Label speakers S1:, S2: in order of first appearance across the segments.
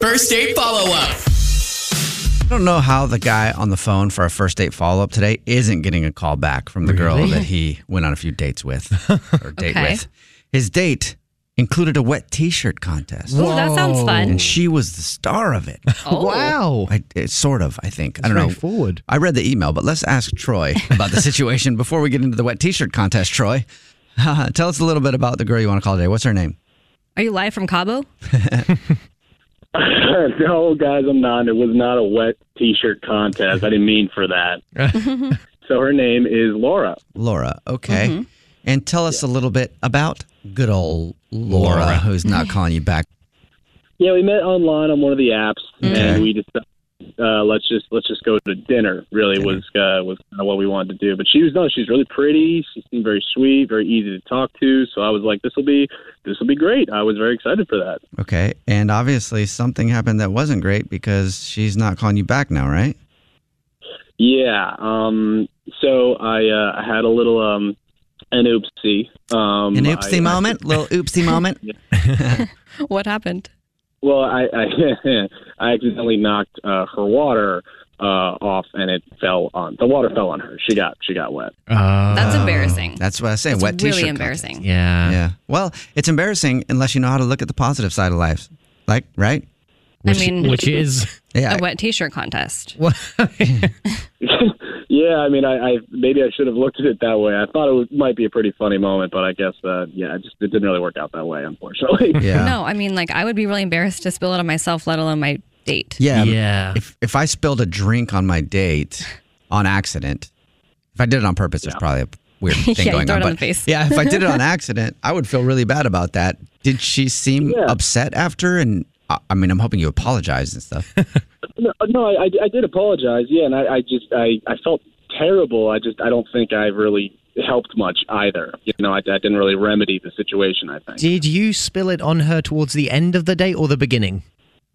S1: First date follow up.
S2: I don't know how the guy on the phone for a first date follow up today isn't getting a call back from the girl that he went on a few dates with or date
S3: Okay.
S2: with. His date included a wet t shirt contest.
S3: Oh, that sounds fun.
S2: And she was the star of it.
S3: Oh.
S4: Wow.
S2: I, it, sort of, I think. I
S4: That's
S2: don't know.
S4: very forward.
S2: I read the email, but let's ask Troy about the situation before we get into the wet t shirt contest, Troy. Tell us a little bit about the girl you want to call today. What's her name?
S3: Are you live from Cabo?
S5: no, guys, I'm not. It was not a wet T-shirt contest. I didn't mean for that. so her name is Laura.
S2: Laura. Okay.
S3: Mm-hmm.
S2: And tell us a little bit about good old Laura,
S4: Laura.
S2: who's not calling you back.
S5: Yeah, we met online on one of the apps,
S2: Okay.
S5: and we decided uh, let's just let's just go to dinner. Really was uh, was kind of what we wanted to do. But she was no, she's really pretty. She seemed very sweet, very easy to talk to. So I was like, this will be this will be great. I was very excited for that.
S2: Okay. And obviously something happened that wasn't great because she's not calling you back now, right?
S5: Yeah. Um. So I uh, I had a little um an oopsie. Um,
S2: An oopsie
S5: I- I-
S2: moment, little oopsie moment.
S3: What happened?
S5: Well, I I, I accidentally knocked uh, her water uh, off, and it fell on the water fell on her. She got she got wet.
S4: Uh,
S3: That's embarrassing.
S2: Oh, That's what I say.
S3: That's
S2: wet t-shirt.
S3: really
S2: contest.
S3: embarrassing.
S4: yeah.
S2: Yeah. Well, it's embarrassing unless you know how to look at the positive side of life. Like, right?
S3: I
S4: Which,
S3: mean-
S4: which is
S2: Yeah.
S3: A wet T-shirt contest.
S4: what?
S5: yeah, I mean, I, I maybe I should have looked at it that way. I thought it was, might be a pretty funny moment, but I guess uh, yeah, it just it didn't really work out that way, unfortunately.
S2: yeah.
S3: No, I mean like I would be really embarrassed to spill it on myself, let alone my date.
S4: Um,
S2: Yeah.
S4: Yeah.
S2: If if I spilled a drink on my date on accident, if I did it on purpose, it's probably a weird thing
S3: Yeah, you
S2: going
S3: throw
S2: on.
S3: it on
S2: but-
S3: the face.
S2: yeah, if I did it on accident, I would feel really bad about that. Did she seem
S5: Yeah.
S2: upset after? And I I mean, I'm hoping you apologize and stuff.
S5: No, no I, I- I did apologize. Yeah, and I, I just I, I felt terrible. I just I don't think I really helped much either. You know, I, I didn't really remedy the situation. I think
S4: Did you spill it on her towards the end of the date or the beginning?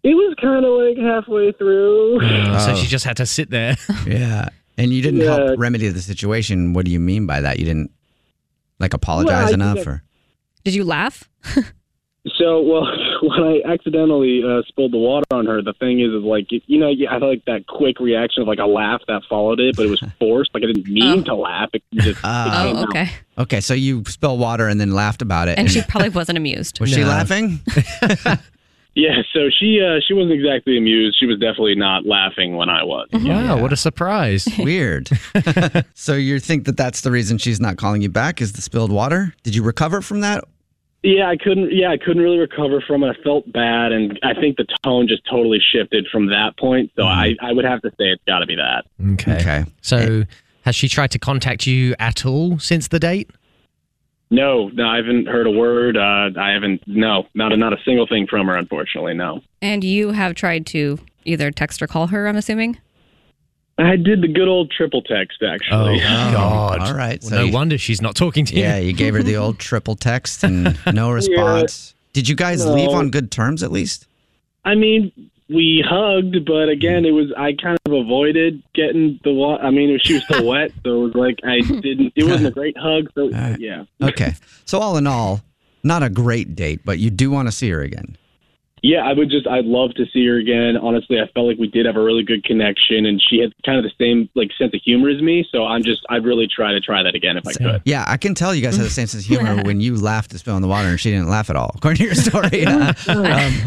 S5: it was kind of like halfway through.
S4: Oh, So she just had to sit there.
S2: yeah. And you didn't
S5: Yeah.
S2: help remedy the situation. What do you mean by that? You didn't like apologize
S5: I
S2: enough,
S5: think
S2: or
S3: Did you laugh?
S5: So, well, when I accidentally uh, spilled the water on her, the thing is, is like, you know, yeah, I had like that quick reaction of like a laugh that followed it, but it was forced. Like I didn't mean to laugh. It just,
S2: Ah.
S5: it came
S3: Oh,
S5: out.
S3: okay.
S2: okay, so you spilled water and then laughed about it.
S3: And she probably wasn't amused.
S2: was she
S4: No.
S2: laughing?
S5: Yeah. So she, uh, she wasn't exactly amused. She was definitely not laughing when I was.
S4: wow, what a surprise.
S2: Weird. so you think that that's the reason she's not calling you back is the spilled water? Did you recover from that?
S5: Yeah, I couldn't. Yeah, I couldn't really recover from it. I felt bad, and I think the tone just totally shifted from that point. So I,
S3: Mm-hmm.
S5: I would have to say it's got to be that.
S4: Okay.
S2: Okay.
S4: So has she tried to contact you at all since the date?
S5: No, no, I haven't heard a word. Uh, I haven't. No, not a, not a single thing from her. Unfortunately, no.
S3: And you have tried to either text or call her, I'm assuming.
S5: I did the good old triple text
S4: Oh,
S5: actually.
S4: God.
S2: All right,
S4: Well,
S2: so
S4: no
S2: you-
S4: wonder she's not talking to you.
S2: Yeah, you gave her the old triple text and no response. Did you guys leave
S5: No.
S2: on good terms at least?
S5: I mean, we hugged, but again, it was I kind of avoided getting the wa I mean, she was still wet, so it was like I didn't. It wasn't a great hug, so
S2: right.
S5: yeah,
S2: Okay. So all in all, not a great date, but you do want to see her again.
S5: yeah. I would just, I'd love to see her again. Honestly, I felt like we did have a really good connection, and she had kind of the same like sense of humor as me. So I'm just, I'd really try to try that again if I could.
S2: Yeah, I can tell you guys have the same sense of humor when you laughed to spill in the water and she didn't laugh at all, according to your story. Um,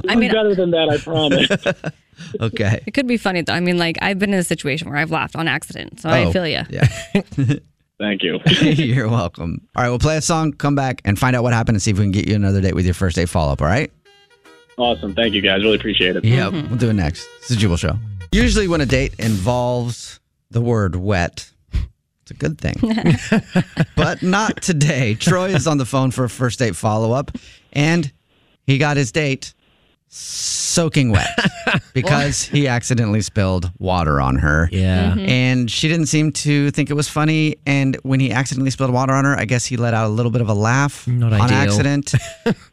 S3: I
S5: I'm
S3: mean,
S5: better than that, I promise.
S2: okay.
S3: it could be funny though. I mean, like I've been in a situation where I've laughed on accident, so I
S2: Oh,
S3: feel you.
S2: Yeah.
S5: Thank you.
S2: You're welcome. All right, we'll play a song, come back, and find out what happened and see if we can get you another date with your first date follow up, all right?
S5: Awesome. Thank you guys. Really appreciate it.
S2: Yeah, we'll do it next. It's the Jubal Show. Usually, when a date involves the word wet, it's a good thing. but not today. Troy is on the phone for a first date follow up, and he got his date soaking wet because he accidentally spilled water on her.
S4: Yeah.
S3: Mm-hmm.
S2: And she didn't seem to think it was funny. And when he accidentally spilled water on her, I guess he let out a little bit of a laugh
S4: Not
S2: on
S4: ideal.
S2: accident.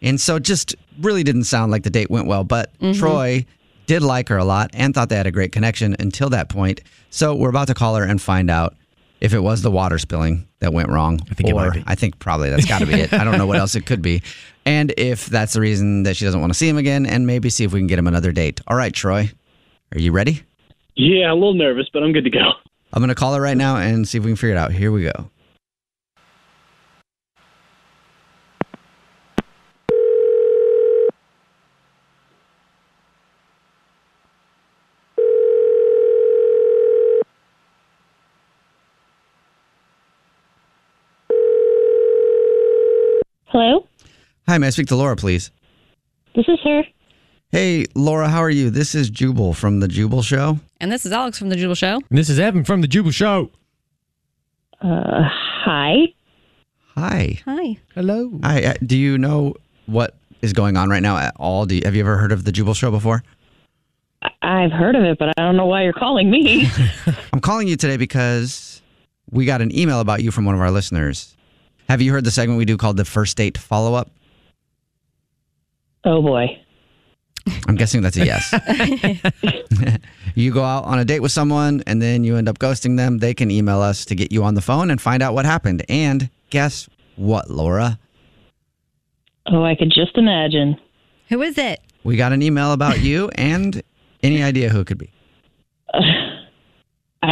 S2: and so just really didn't sound like the date went well. But
S4: Mm-hmm.
S2: Troy did like her a lot and thought they had a great connection until that point. So we're about to call her and find out if it was the water spilling that went wrong. I
S4: think it
S2: or
S4: might be.
S2: I think probably that's got to be it. I don't know what else it could be. And if that's the reason that she doesn't want to see him again, and maybe see if we can get him another date. All right, Troy, are you ready?
S5: Yeah, I'm a little nervous, but I'm good to go.
S2: I'm gonna call it right now and see if we can figure it out. Here we go.
S1: Hello,
S2: Hi, may I speak to Laura, please?
S1: this is her.
S2: Hey, Laura, how are you? This is Jubal from the Jubal Show.
S3: And this is Alex from the Jubal Show.
S4: And this is Evan from the Jubal Show.
S1: Uh, hi.
S2: Hi.
S3: Hi.
S4: Hello.
S2: Hi. uh, Do you know what is going on right now at all? Do you, have you ever heard of the Jubal Show before?
S1: I- I've heard of it, but I don't know why you're calling me.
S2: I'm calling you today because we got an email about you from one of our listeners. Have you heard the segment we do called the first date follow up?
S1: oh boy.
S2: I'm guessing that's a yes. you go out on a date with someone and then you end up ghosting them. They can email us to get you on the phone and find out what happened. And guess what, Laura?
S1: Oh, I could just imagine.
S3: Who is it?
S2: We got an email about you and any idea who it could be.
S1: I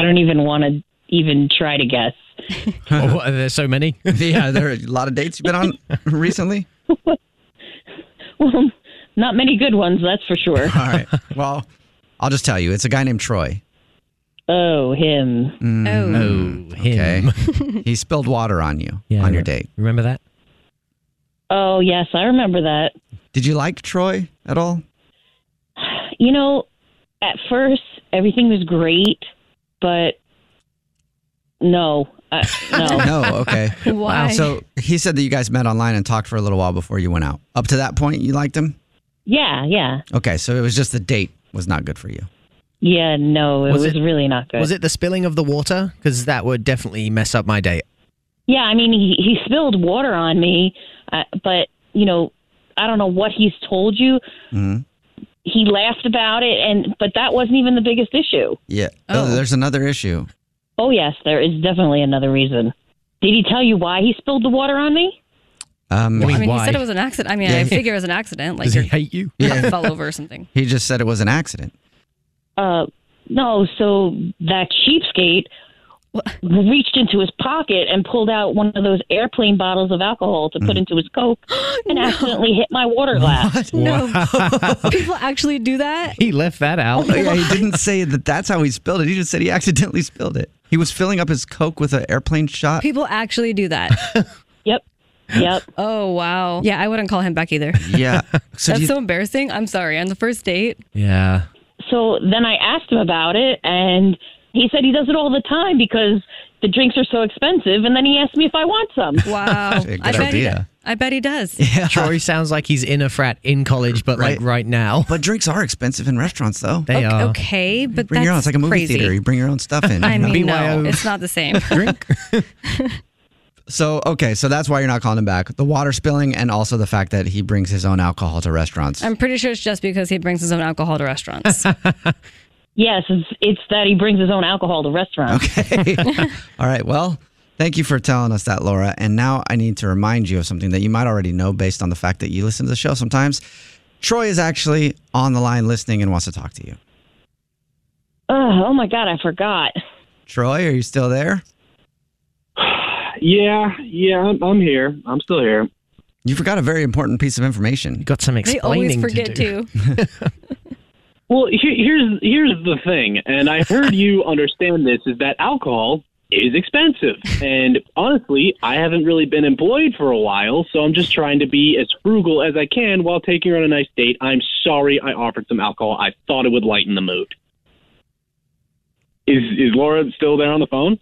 S1: don't even want to even try to guess.
S4: oh, what, are there so many?
S2: yeah, there are a lot of dates you've been on recently.
S1: Well, not many good ones, that's for sure.
S2: All right. Well, I'll just tell you it's a guy named Troy.
S1: Oh, him.
S2: Mm,
S3: Oh,
S4: Oh, him.
S2: Okay. he spilled water on you
S4: Yeah,
S2: on your
S4: re-
S2: date.
S4: Remember that?
S1: Oh, yes, I remember that.
S2: Did you like Troy at all?
S1: You know, at first everything was great, but no, uh, no.
S2: No. Okay.
S3: Oh. Why?
S2: So he said that you guys met online and talked for a little while before you went out. Up to that point, you liked him?
S1: yeah, yeah,
S2: Okay, so it was just the date was not good for you.
S1: yeah. No, it
S4: Was
S1: was,
S4: it-
S1: really not good.
S4: Was it the spilling of the water? Because that would definitely mess up my date.
S1: Yeah, I mean, he, he spilled water on me, uh, but, you know, I don't know what he's told you.
S2: Mhm.
S1: He laughed about it, and but that wasn't even the biggest issue.
S2: Yeah. Oh,
S3: Oh.
S2: there's another issue.
S1: Oh, yes, there is definitely another reason. Did he tell you why he spilled the water on me?
S2: Um,
S3: I mean,
S4: Why?
S3: he said it was an accident. I mean,
S2: Yeah.
S3: I figure it was an accident. Like
S4: Does
S3: your
S4: he hate you?
S3: cup fell over or something.
S2: he just said it was an accident.
S1: Uh, no, so that cheapskate reached into his pocket and pulled out one of those airplane bottles of alcohol to put into his Coke and accidentally hit my water glass.
S3: No, people actually do that.
S4: He left that out.
S2: Oh, yeah, he didn't say that that's how he spilled it. He just said he accidentally spilled it. He was filling up his Coke with an airplane shot.
S3: People actually do that.
S1: Yep, yep.
S3: Oh wow. Yeah, I wouldn't call him back either.
S2: Yeah. So do
S3: That's
S2: you,
S3: so embarrassing. I'm sorry. On the first date,
S4: yeah.
S1: So then I asked him about it, and he said he does it all the time because the drinks are so expensive. And then he asked me if I want some.
S3: wow.
S2: Good
S3: I bet he-
S2: idea.
S3: I bet he does.
S2: Yeah.
S4: Troy sounds like he's in a frat in college, but
S2: Right.
S4: like right now.
S2: But drinks are expensive in restaurants, though.
S4: They
S3: okay,
S4: are.
S3: okay, but
S2: uh, bring
S3: that's
S2: your own. It's like a movie
S3: crazy.
S2: theater. You bring your own stuff in.
S3: I
S2: you know?
S3: mean,
S4: BYO.
S3: no, it's not the same.
S2: drink. so okay, so that's why you're not calling him back. The water spilling, and also the fact that he brings his own alcohol to restaurants.
S3: I'm pretty sure it's just because he brings his own alcohol to restaurants.
S1: Yes, it's, it's that he brings his own alcohol to restaurants.
S2: okay. All right. Well, thank you for telling us that, Laura. And now I need to remind you of something that you might already know based on the fact that you listen to the show sometimes. Troy is actually on the line listening and wants to talk to you.
S1: Ugh, oh my God, I forgot.
S2: Troy, are you still there?
S5: Yeah, yeah, I'm, I'm here. I'm still here.
S2: You forgot a very important piece of information.
S4: Got some
S3: they always
S4: explaining
S3: forget
S4: to do.
S3: to.
S5: Well, here, here's here's the thing, and I heard you understand this is that alcohol is expensive, and honestly, I haven't really been employed for a while, so I'm just trying to be as frugal as I can while taking her on a nice date. I'm sorry, I offered some alcohol. I thought it would lighten the mood. Is is Laura still there on the phone?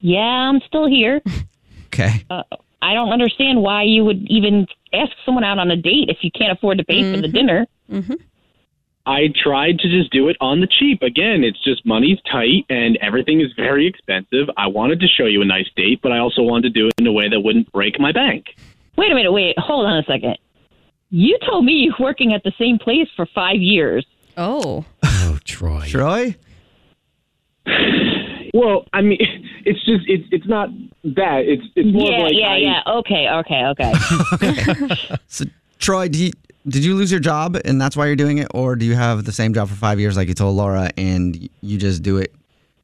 S1: Yeah, I'm still here. Uh,
S2: Okay.
S1: I don't understand why you would even ask someone out on a date if you can't afford to pay for
S5: Mm-hmm.
S1: the dinner.
S5: I tried to just do it on the cheap. Again, it's just money's tight and everything is very expensive. I wanted to show you a nice date, but I also wanted to do it in a way that wouldn't break my bank.
S1: Wait a minute, wait, hold on a second. You told me you're working at the same place for five years.
S3: Oh,
S4: Oh, Troy.
S2: Troy?
S5: Well, I mean, it's just it's it's not that. It's it's more of
S1: yeah,
S5: like
S1: yeah,
S5: I,
S1: yeah. Okay, okay, okay.
S2: So, Troy, do you, did you lose your job and that's why you're doing it, or do you have the same job for five years, like you told Laura, and you just do it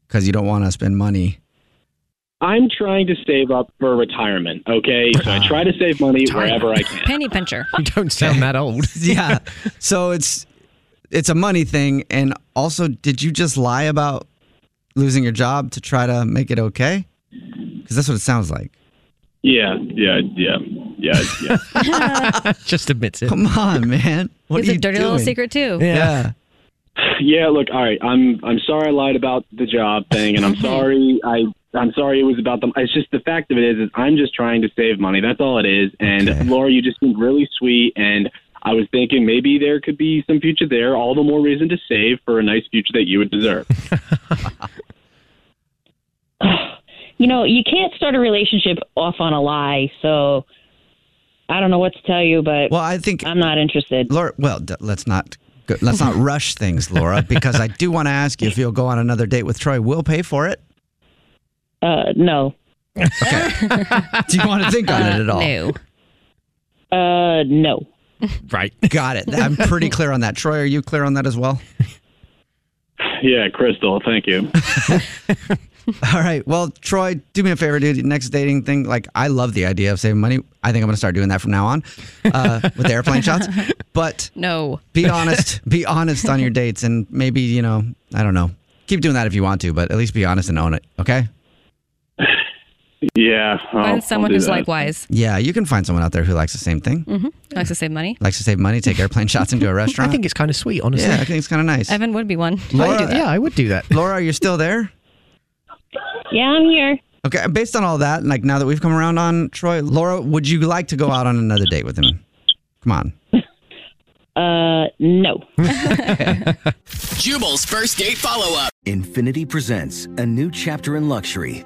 S2: because you don't want to spend money?
S5: I'm trying to save up for retirement. Okay, so I try to save money wherever I can.
S3: penny pincher.
S4: You don't sound that old.
S2: yeah. So it's it's a money thing, and also, did you just lie about losing your job to try to make it okay? Because that's what it sounds like.
S5: Yeah, yeah, yeah, yeah, yeah.
S4: Just admits it.
S2: Come on, man. What
S3: It's
S2: are
S3: a
S2: you
S3: dirty little
S2: doing?
S3: secret too.
S2: Yeah.
S5: Yeah, look, all right. I'm I'm sorry I lied about the job thing, and I'm sorry I I'm sorry it was about them. It's just the fact of it is, is I'm just trying to save money. That's all it is. And
S2: Okay.
S5: Laura, you just seemed really sweet, and I was thinking maybe there could be some future there. All the more reason to save for a nice future that you would deserve.
S1: you know, you can't start a relationship off on a lie, so I don't know what to tell you, but
S2: Well, I think
S3: Um,
S1: I'm not interested.
S2: Laura, well, d- let's not go, let's not rush things, Laura, because I do want to ask you if you'll go on another date with Troy. We'll pay for it.
S1: Uh, no.
S2: Do you want to think on it at all?
S3: Uh, No.
S1: Uh, no.
S4: Right.
S2: Got it. I'm pretty clear on that. Troy, are you clear on that as well?
S5: yeah, Crystal, thank you.
S2: All right. Well, Troy, do me a favor, dude. Next dating thing, like I love the idea of saving money. I think I'm going to start doing that from now on uh, with the airplane shots. But
S3: No.
S2: be honest. Be honest on your dates, and maybe you know, I don't know. Keep doing that if you want to, but at least be honest and own it. Okay.
S5: Yeah, I'll- I'll
S3: Find someone
S5: do
S3: who's
S5: that.
S3: likewise.
S2: Yeah, you can find someone out there who likes the same thing.
S3: Likes to save money.
S2: Likes to save money, take airplane shots, and go to a
S4: I
S2: restaurant.
S4: think it's kind of sweet, honestly.
S2: yeah, I think it's kind of nice.
S3: Evan would be one.
S4: I
S2: Laura-
S4: did- yeah, I would do that.
S2: Laura, are you still there?
S1: Yeah, I'm here.
S2: Okay, based on all that, like now that we've come around on Troy, Laura, would you like to go out on another date with him? Come on.
S1: Uh, no.
S6: Jubal's first date follow up.
S7: Infinity presents a new chapter in luxury,